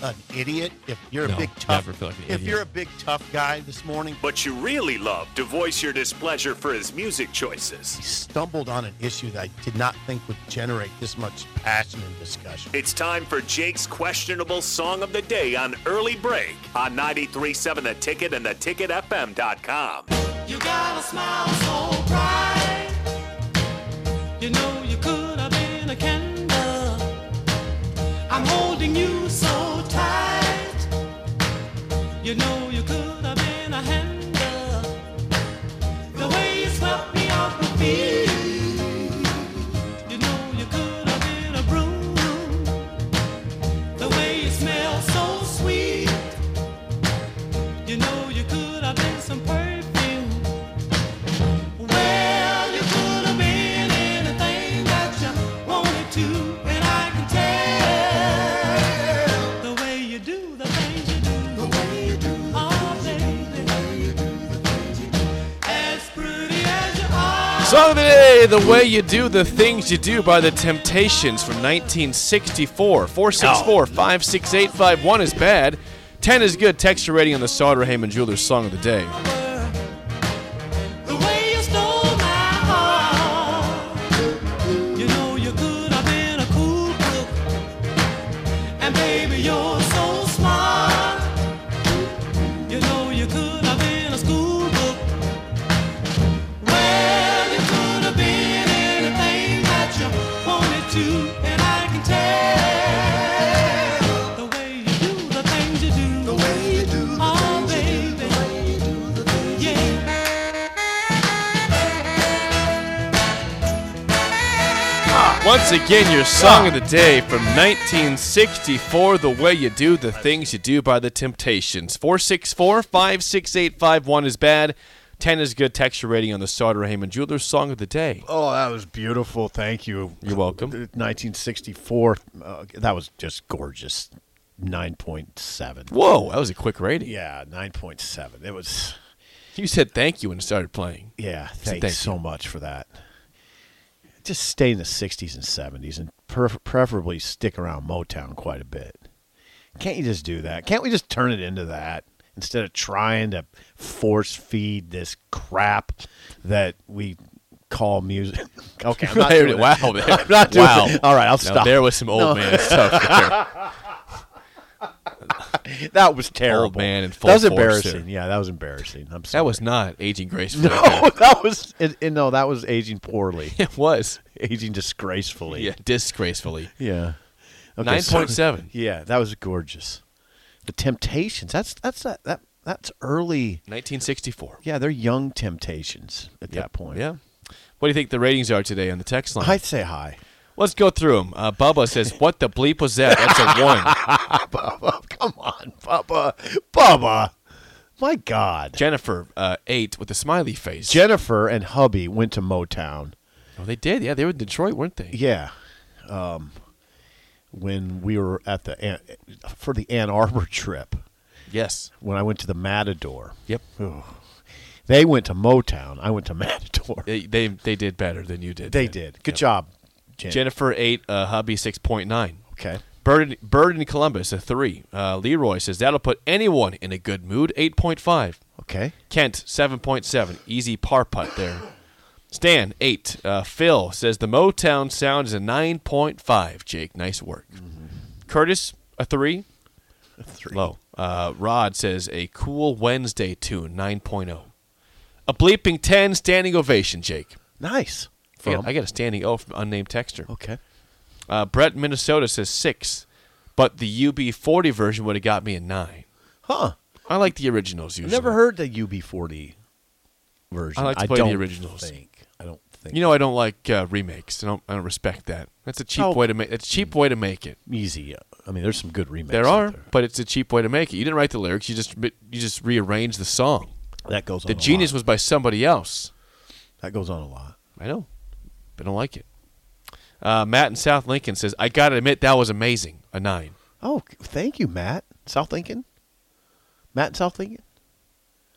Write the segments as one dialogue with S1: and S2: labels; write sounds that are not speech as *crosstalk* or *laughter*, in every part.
S1: an idiot if you're a
S2: No,
S1: big tough
S2: never feel like an
S1: if
S2: idiot.
S1: you're a big tough guy this morning
S3: But you really love to voice your displeasure for his music choices.
S1: he stumbled on an issue that i did not think would generate this much passion and discussion
S3: It's time for Jake's questionable song of the day on early break on 937 The Ticket and theticketfm.com.
S4: You got a smile so bright. You know you could have been a candle. I'm holding you so tight. You know you could have been a handle. The way you swept me off my feet. You know you could have been a broom. The way you smell so sweet. You know you could have been some perfume. Well, you could have been anything that you wanted to, and I can tell the way you do the things you do. The way you do. Oh, baby. As pretty as you are.
S2: Song of the day, The Way You Do the Things You Do by The Temptations from 1964. 464 56851 is bad. 10 is good. Texture rating on the Sauter Heyman Jewelers Song of the Day.
S4: The way you stole my heart. You know you could have been a cool cook. And baby, you're so smart. You know you could have been a school book. Well, you could have been anything that you wanted to. And I can tell the way you do the things you do. The way you do the oh, baby. Yeah.
S2: Once again, your Song of the Day from 1964, The Way You Do the Things You Do by The Temptations. 464 56851 is bad. 10 is good. Texture rating on the Sauter Heyman Jewelers Song of the Day.
S5: Oh, that was beautiful. Thank you.
S2: You're welcome.
S5: 1964. Uh, that was just gorgeous. 9.7.
S2: Whoa, that was a quick rating.
S5: Yeah, 9.7. It was.
S2: You said thank you when it started playing.
S5: Yeah, thanks
S2: thank
S5: so much for that. Just stay in the 60s and 70s and per- preferably stick around Motown quite a bit. Can't you just do that? Can't we just turn it into that instead of trying to force feed this crap that we call music? *laughs* okay, I'm not doing it.
S2: wow, man.
S5: *laughs* I'm not doing
S2: wow.
S5: it. All right, I'll
S2: Now,
S5: stop.
S2: there was some old
S5: *laughs*
S2: man stuff there.
S5: That was terrible.
S2: man in full
S5: that was
S2: force
S5: embarrassing.
S2: there.
S5: Yeah, that was embarrassing. *laughs* I'm sorry.
S2: That was not aging
S5: *laughs*
S2: gracefully.
S5: no, that was it, it- no, that was aging poorly, *laughs*
S2: It was.
S5: aging disgracefully.
S2: Yeah, disgracefully.
S5: Yeah. Okay, so-
S2: 9.7.
S5: Yeah, that was gorgeous. The Temptations. That's that's that, that that's early.
S2: 1964.
S5: Yeah, they're young Temptations at that point.
S2: Yeah. What do you think the ratings are today on the text line?
S5: I'd say hi.
S2: Let's go through them. Uh, Bubba says, What the bleep was
S5: *laughs*
S2: that? That's a one.
S5: *laughs* Bubba, come on, Bubba, Bubba. My God,
S2: Jennifer, uh, eight, with a smiley face.
S5: Jennifer and hubby went to Motown.
S2: oh, they did. Yeah, they were in Detroit, weren't they?
S5: Yeah, um, when we were at the Ann- for the Ann Arbor trip,
S2: Yes.
S5: when I went to the Matador,
S2: Yep.
S5: they went to Motown. I went to *laughs* Matador.
S2: They, they they did better than you did.
S5: They
S2: Yeah.
S5: did. Good job, Jen.
S2: Jennifer, eight, uh, Hubby, 6.9.
S5: Okay.
S2: Bird, Bird in Columbus, a three. Uh, Leroy says that'll put anyone in a good mood, 8.5.
S5: Okay.
S2: Kent, 7.7. Easy par putt there. Stan, 8. Uh, Phil says the Motown sound is a 9.5. Jake, nice work. Curtis, A three?
S5: Mm-hmm. Three.
S2: Low. Uh, Rod says a cool Wednesday tune, 9.0. A bleeping 10 standing ovation, Jake.
S5: Nice.
S2: I
S5: From,
S2: got, I got a standing O from unnamed texter.
S5: okay.
S2: Uh, Brett in Minnesota says six, but the UB40 version would have got me a nine.
S5: Huh.
S2: I like the originals
S5: I've
S2: usually.
S5: never heard the UB40 version.
S2: I like to play the
S5: don't
S2: originals.
S5: Think. I don't think.
S2: You know, I don't like uh, remakes. I don't. I don't respect that. That's a cheap
S5: Oh.
S2: way to make. That's a cheap way to make it.
S5: easy. I mean, there's some good remakes.
S2: there
S5: out
S2: are, but it's a cheap way to make it. You didn't write the lyrics. You just you just rearrange the song.
S5: That goes on.
S2: The
S5: a
S2: genius
S5: lot.
S2: was by somebody else.
S5: that goes on a lot.
S2: I know. I don't like it. Uh, Matt in South Lincoln says, "I gotta admit that was amazing. A nine.
S5: Oh, thank you, Matt. South Lincoln. Matt in South Lincoln.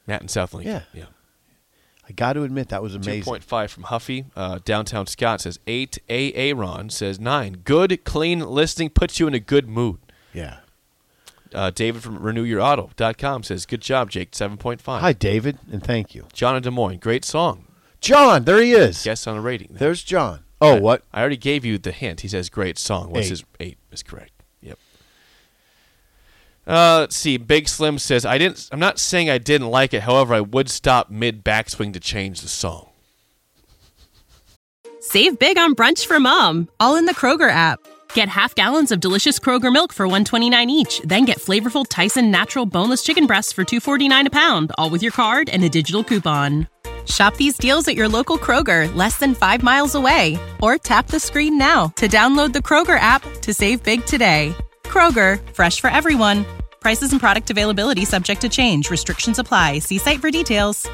S2: Matt in South Lincoln.
S5: Yeah.
S2: yeah.
S5: I got to admit that was
S2: Two
S5: amazing.
S2: point five from Huffy. Uh, Downtown Scott says eight. A Aaron says nine. Good, clean listening puts you in a good mood.
S5: Yeah.
S2: Uh, David from RenewYourAuto.com says, "Good job, Jake. Seven point five.
S5: Hi, David, and thank you,
S2: John in Des Moines. Great song.
S5: John. There he is.
S2: Guess on a rating.
S5: There's John. Oh, what?
S2: I already gave you the hint. He says great song. What's
S5: Eight.
S2: his eight is correct. Yep. Uh, let's see. Big Slim says I didn't. I'm not saying I didn't like it. However, I would stop mid backswing to change the song.
S6: Save big on brunch for mom, all in the Kroger app. Get half gallons of delicious Kroger milk for 129 each, then get flavorful Tyson natural boneless chicken breasts for 249 a pound, all with your card and a digital coupon. Shop these deals at your local Kroger, less than 5 miles away, or tap the screen now to download the Kroger app to save big today. Kroger, fresh for everyone. Prices and product availability subject to change. Restrictions apply. See site for details.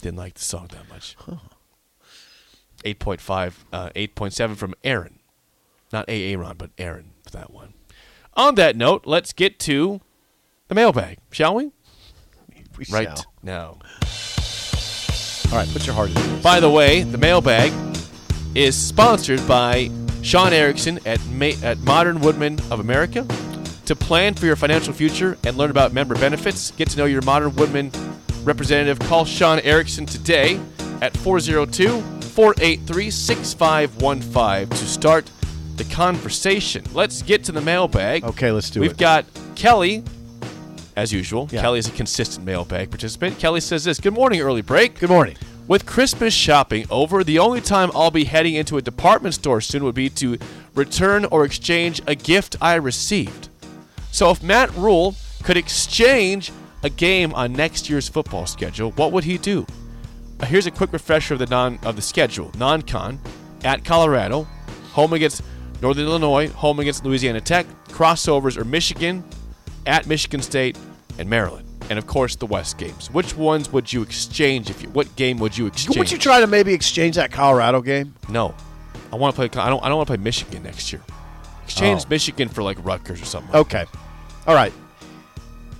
S2: Didn't like the song that much. Eight point five. Uh, Eight point seven from Aaron. Not a Aaron, but Aaron for that one. On that note, let's get to the mailbag, shall we?
S5: We
S2: Right
S5: shall.
S2: now.
S5: All right, put your heart in it.
S2: By the way, the mailbag is sponsored by Sean Erickson at, Ma- at Modern Woodman of America. To plan for your financial future and learn about member benefits, get to know your Modern Woodman representative. Call Sean Erickson today at 402 483 6515 to start the conversation. Let's get to the mailbag.
S5: Okay, let's do
S2: We've
S5: it.
S2: got Kelly, as usual.
S5: Yeah.
S2: Kelly is a consistent mailbag participant. Kelly says this Good morning, early break.
S5: Good morning.
S2: With Christmas shopping over, the only time I'll be heading into a department store soon would be to return or exchange a gift I received. So if Matt Rule could exchange a game on next year's football schedule, what would he do? Uh, Here's a quick refresher of the non of the schedule. Non-con at Colorado, home against Northern Illinois, home against Louisiana Tech, crossovers or Michigan, at Michigan State, and Maryland. And of course the West games. Which ones would you exchange if you what game would you exchange?
S5: Would you try to maybe exchange that Colorado game?
S2: No, I want to play. I don't. I don't want to play Michigan next year. Exchange
S5: Oh.
S2: Michigan for like Rutgers or something. like
S5: Okay. All right.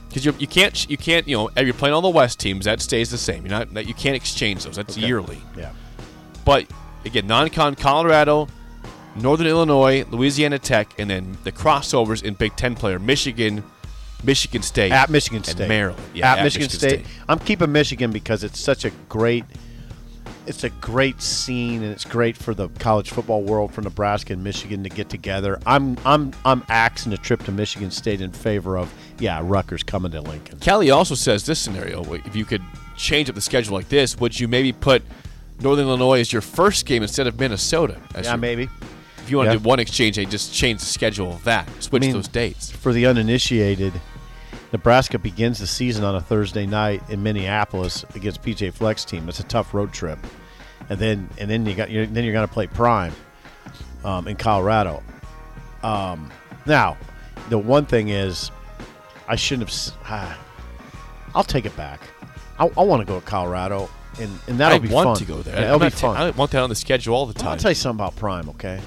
S2: because you, you can't you can't you know you're playing all the West teams that stays the same. You're not that you can't exchange those. That's yearly.
S5: Yeah.
S2: But again, non-con Colorado, Northern Illinois, Louisiana Tech, and then the crossovers in Big Ten player Michigan, Michigan State,
S5: At Michigan
S2: and
S5: State.
S2: Maryland. Yeah,
S5: at, Michigan, State. I'm keeping Michigan because it's such a great it's a great scene and it's great for the college football world for Nebraska and Michigan to get together. I'm I'm I'm axing a trip to Michigan State in favor of yeah, Rutgers coming to Lincoln.
S2: Kelly also says this scenario: if you could change up the schedule like this, would you maybe put Northern Illinois as your first game instead of Minnesota? As
S5: Yeah,
S2: your-
S5: maybe.
S2: If you want
S5: Yeah.
S2: to do one exchange, they just change the schedule of that, switch
S5: I mean,
S2: those dates.
S5: For the uninitiated, Nebraska begins the season on a Thursday night in Minneapolis against PJ Flex team. It's a tough road trip, and then and then you got you're, then you're going to play Prime um, in Colorado. Um, now, the one thing is, I shouldn't have. s- Ah, I'll take it back. I, I want to go to Colorado, and and that'll
S2: I
S5: be
S2: want
S5: fun.
S2: to go there.
S5: Yeah, it'll
S2: I'm
S5: be
S2: not ta-
S5: fun.
S2: I don't want that on the schedule all the
S5: Well, I'll
S2: time.
S5: tell you something about Prime, okay?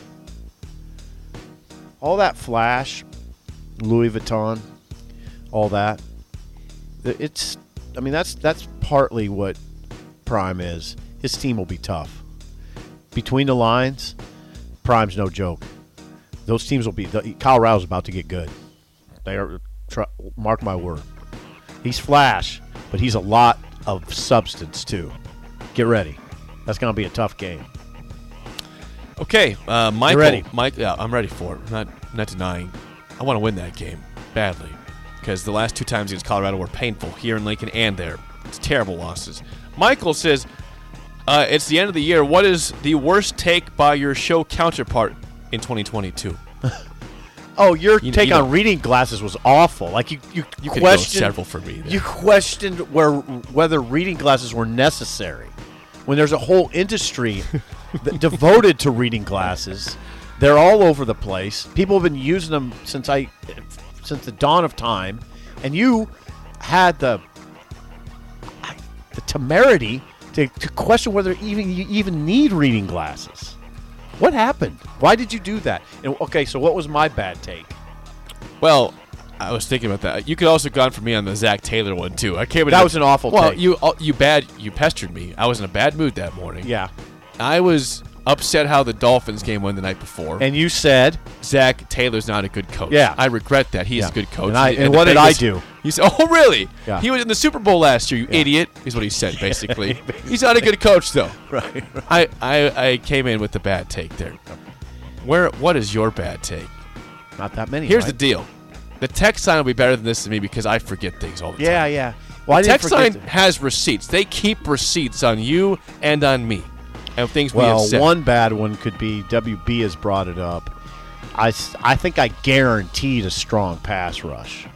S5: All that flash, Louis Vuitton, all that. th- It's, I mean, that's that's partly what Prime is. His team will be tough. Between the lines, Prime's no joke. Those teams will be. The, Colorado's about to get good. They are. Tr- mark my word. He's flash, but he's a lot of substance too. Get ready. That's going to be a tough game.
S2: Okay, uh, Michael.
S5: ready.
S2: Mike, yeah, I'm ready for it. Not not denying. I want to win that game badly because the last two times against Colorado were painful here in Lincoln and there. It's terrible losses. Michael says, uh, "It's the end of the year. What is the worst take by your show counterpart in 2022?"
S5: Oh, your
S2: You-
S5: take
S2: you
S5: on
S2: know-
S5: reading glasses was awful. Like you, you, you
S2: could go
S5: questioned
S2: several for me there.
S5: You questioned where whether reading glasses were necessary when there's a whole
S2: *laughs*
S5: industry that devoted to reading glasses. They're all over the place. People have been using them since I, since the dawn of time, and you had the the temerity to, to question whether even you even need reading glasses. What happened? Why did you do that? And okay, so what was my bad take?
S2: Well, I was thinking about that. You could also gone for me on the Zach Taylor one too. I came.
S5: That was an awful
S2: Well,
S5: take.
S2: you uh, you bad you pestered me. I was in a bad mood that morning.
S5: Yeah.
S2: I was upset how the Dolphins game went the night before.
S5: And you said
S2: Zach Taylor's not a good coach.
S5: Yeah.
S2: I regret that. He is
S5: Yeah.
S2: a good coach.
S5: And I- and
S2: the
S5: what did I
S2: Bengals-
S5: do?
S2: You said, *laughs* "Oh, really?
S5: Yeah.
S2: He was in the Super Bowl last year. You idiot!" Is what
S5: *laughs*
S2: he said basically. He's not a good coach though.
S5: Right,
S2: I, I I came in with a bad take there. Where what is your bad take?
S5: not that many.
S2: Here's the
S5: right?
S2: deal: the text sign will be better than this to me because I forget things all the
S5: Yeah,
S2: time.
S5: yeah. Well, I
S2: the
S5: didn't
S2: text
S5: forget
S2: sign
S5: to-
S2: has receipts. They keep receipts on you and on me, and things we have
S5: Well,
S2: said.
S5: one bad one could be WB has brought it up. I, s- I think I guaranteed a strong pass rush.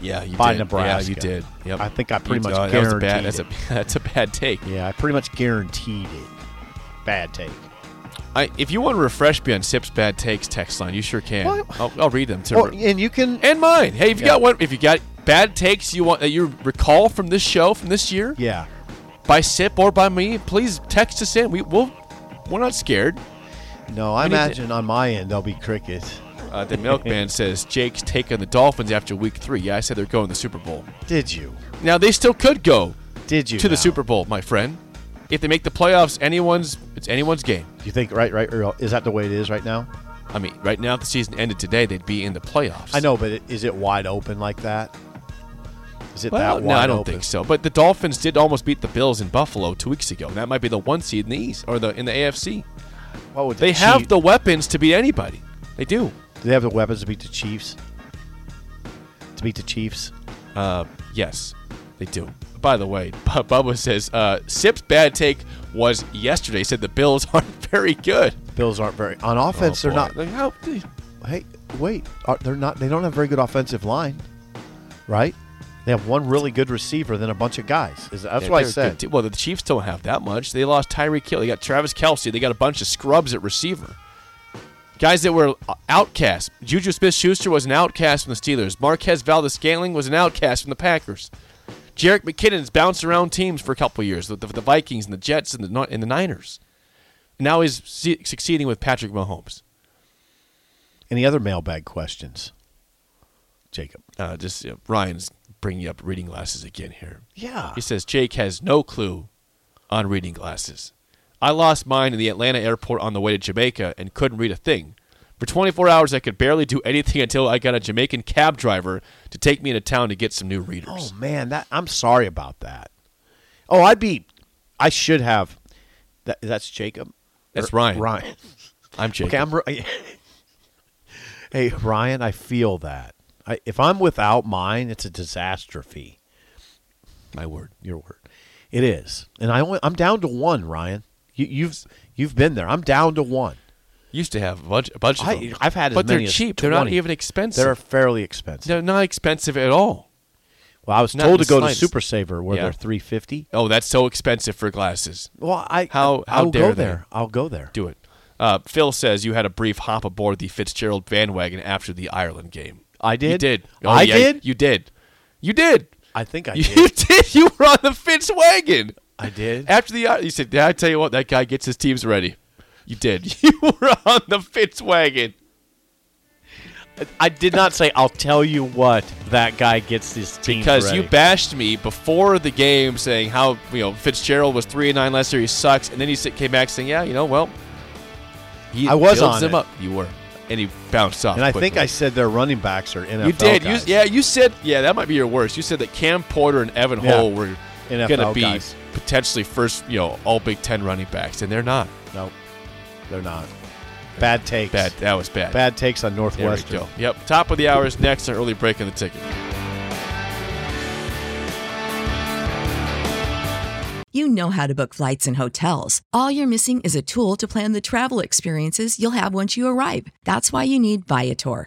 S2: yeah, you
S5: by
S2: did.
S5: Nebraska.
S2: Yeah, you did. Yep.
S5: I think I pretty
S2: You-
S5: much
S2: uh, that was a bad, that's
S5: guaranteed
S2: a *laughs* that's a bad take.
S5: Yeah, I pretty much guaranteed it. Bad take.
S2: I, if you want to refresh me on Sip's bad takes text line, you sure can.
S5: What?
S2: I'll, I'll read them to
S5: Well, and you can.
S2: and mine. Hey, if you
S5: Yeah.
S2: got one, if you got bad takes you want that you recall from this show from this year
S5: yeah.
S2: by Sip or by me, please text us in. We will. We're not scared.
S5: No, I
S2: need to-
S5: imagine on my end there'll be crickets. *laughs*
S2: Uh, the milkman says Jake's taking the Dolphins after Week Three. Yeah, I said they're going to the Super Bowl.
S5: Did you?
S2: Now they still could go
S5: Did you?
S2: to the
S5: now?
S2: Super Bowl, my friend. If they make the playoffs, anyone's it's anyone's game.
S5: You think right, right? Or is that the way it is right now?
S2: I mean, right now if the season ended today, they'd be in the playoffs.
S5: I know, but it, is it wide open like that? Is it
S2: Well,
S5: that wide
S2: no, I don't
S5: open?
S2: think so. But the Dolphins did almost beat the Bills in Buffalo two weeks ago. And that might be the one seed in the East or the in the AFC.
S5: What would the
S2: They have
S5: Chief-
S2: the weapons to beat anybody. They do.
S5: Do they have the weapons to beat the Chiefs? To beat the Chiefs?
S2: Uh, yes, they do. By the way, *laughs* Bu- Bubba says uh, Sip's bad take was yesterday. He Said the Bills *laughs* aren't very good.
S5: Bills aren't very on offense.
S2: Oh,
S5: they're
S2: boy.
S5: not.
S2: Like, how-
S5: Hey, wait. Are, they're not. They don't have very good offensive line, right? They have one really good receiver, then a bunch of guys. Is- That's
S2: Yeah,
S5: what I
S2: they're a
S5: said.
S2: good team. Well, the Chiefs don't have that much. They lost Tyree Kill. They got Travis Kelsey. They got a bunch of scrubs at receiver. Guys that were outcasts. Juju Smith Schuster was an outcast from the Steelers. Marquez Valdez Scaling was an outcast from the Packers. Jarek McKinnon's bounced around teams for a couple years with the, the Vikings and the Jets and the, Ni- and the Niners. Now he's su- succeeding with Patrick Mahomes.
S5: Any other mailbag questions, Jacob?
S2: Uh, just uh, Ryan's bringing up reading glasses again here.
S5: Yeah.
S2: He says Jake has no clue on reading glasses. I lost mine in the Atlanta airport on the way to Jamaica and couldn't read a thing. For 24 hours, I could barely do anything until I got a Jamaican cab driver to take me into town to get some new
S5: Oh
S2: readers.
S5: man, that I'm sorry about that. Oh, I'd be. I should have. That, that's Jacob.
S2: That's
S5: Or-
S2: Ryan.
S5: Ryan.
S2: I'm Jake.
S5: Okay, I'm. Ri- *laughs* hey, Ryan, I feel that. I, if I'm without mine, it's a disastrophe.
S2: My word.
S5: Your word, it is, and I only, I'm down to one. Ryan, you, you've you've been there. I'm down to one.
S2: Used to have a bunch, a bunch of
S5: I,
S2: them.
S5: I've had as
S2: But
S5: many
S2: they're
S5: as
S2: cheap. They're not
S5: 20.
S2: even expensive.
S5: They're
S2: They're,
S5: fairly expensive.
S2: not expensive at all.
S5: well, I was
S2: not
S5: told
S2: the
S5: to go
S2: slightest.
S5: to Super Saver where
S2: Yeah.
S5: they're three fifty.
S2: Oh, that's so expensive for glasses.
S5: Well, I
S2: How- how
S5: I'll
S2: dare
S5: go
S2: they.
S5: there. I'll go there.
S2: Do it. Uh, Phil says you had a brief hop aboard the Fitzgerald bandwagon after the Ireland game.
S5: I
S2: You
S5: did?
S2: did. Oh,
S5: I did?
S2: You did. You did.
S5: I think I *laughs*
S2: you
S5: did.
S2: *laughs* did. You were on the Fitz wagon
S5: I did.
S2: after the. You said, "Yeah, "I tell you what, that guy gets his teams ready." You did. *laughs* You were on the Fitz wagon.
S5: I did not say. I'll tell you what. That guy gets this team
S2: because you
S5: ready."
S2: bashed me before the game, saying how you know Fitzgerald was three and nine last year, he sucks, and then he sit- came back saying, "Yeah, you know, well, he
S5: I was
S2: builds
S5: on
S2: him
S5: it.
S2: up." You were, and he bounced off.
S5: And I
S2: quickly.
S5: think I said their running backs are NFL.
S2: You did. You,
S5: guys.
S2: yeah, you said. Yeah, that might be your worst. You said that Cam Porter and Evan
S5: Yeah.
S2: Hole were
S5: NFL
S2: going to be
S5: guys.
S2: potentially first, you know, all Big Ten running backs, and they're not.
S5: No, they're not. Bad takes.
S2: Bad. That was bad.
S5: Bad takes on
S2: There we
S5: Northwestern.
S2: go. Yep. Top of the hour is next. An early break in the ticket.
S7: You know how to book flights and hotels. All you're missing is a tool to plan the travel experiences you'll have once you arrive. That's why you need Viator.